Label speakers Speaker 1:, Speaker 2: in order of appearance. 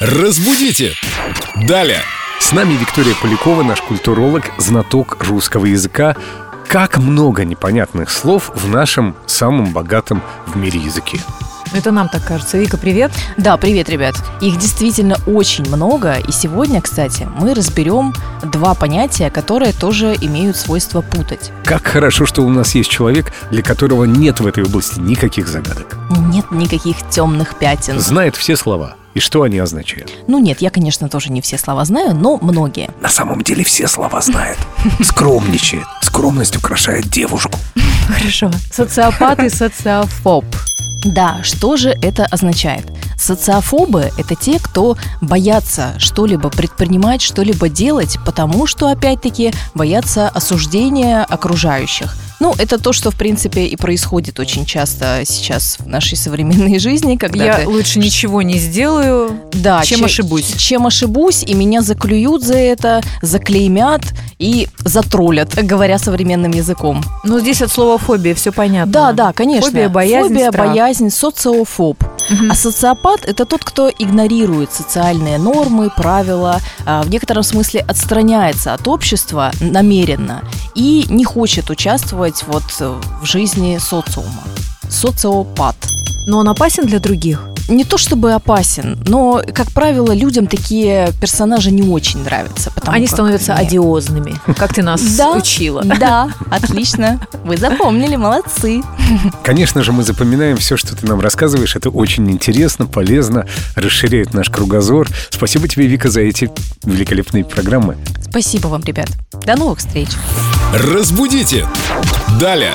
Speaker 1: Разбудите! Далее!
Speaker 2: С нами Виктория Полякова, наш культуролог, знаток русского языка. Как много непонятных слов в нашем самом богатом в мире языке.
Speaker 3: Это нам так кажется. Вика, привет.
Speaker 4: Да, привет, ребят. Их действительно очень много, и сегодня, кстати, мы разберем два понятия, которые тоже имеют свойство путать.
Speaker 2: Как хорошо, что у нас есть человек, для которого нет в этой области никаких загадок.
Speaker 4: Нет никаких темных пятен.
Speaker 2: Знает все слова и что они означают.
Speaker 4: Ну нет, я, конечно, тоже не все слова знаю, но многие.
Speaker 2: На самом деле все слова знает. Скромничает. Скромность украшает девушку.
Speaker 3: Хорошо. Социопат и социофоб.
Speaker 4: Да, что же это означает? Социофобы – это те, кто боятся что-либо предпринимать, что-либо делать, потому что, опять-таки, боятся осуждения окружающих. Ну, это то, что, в принципе, и происходит очень часто сейчас в нашей современной жизни, когда
Speaker 3: Я
Speaker 4: ты-
Speaker 3: лучше ничего не сделаю,
Speaker 4: да,
Speaker 3: чем
Speaker 4: че-
Speaker 3: ошибусь.
Speaker 4: Чем ошибусь, и меня заклюют за это, заклеймят и затроллят, говоря современным языком.
Speaker 3: Но Ну, здесь от слова фобия все понятно.
Speaker 4: Да, да, конечно.
Speaker 3: Фобия, боязнь,
Speaker 4: Фобия,
Speaker 3: страх.
Speaker 4: боязнь, социофоб.
Speaker 3: Мгм.
Speaker 4: А социопат – это тот, кто игнорирует социальные нормы, правила, а, в некотором смысле отстраняется от общества намеренно и не хочет участвовать вот э, в жизни социума. Социопат.
Speaker 3: Но он опасен для других.
Speaker 4: Не то чтобы опасен, но, как правило, людям такие персонажи не очень нравятся. потому
Speaker 3: Они
Speaker 4: как
Speaker 3: становятся
Speaker 4: они-
Speaker 3: одиозными, как ты нас
Speaker 4: Да.
Speaker 3: учила.
Speaker 4: Да, отлично. Вы запомнили, молодцы.
Speaker 2: Конечно же, мы запоминаем все, что ты нам рассказываешь. Это очень интересно, полезно, расширяет наш кругозор. Спасибо тебе, Вика, за эти великолепные программы.
Speaker 4: Спасибо вам, ребят. До новых встреч.
Speaker 1: Разбудите! Далее!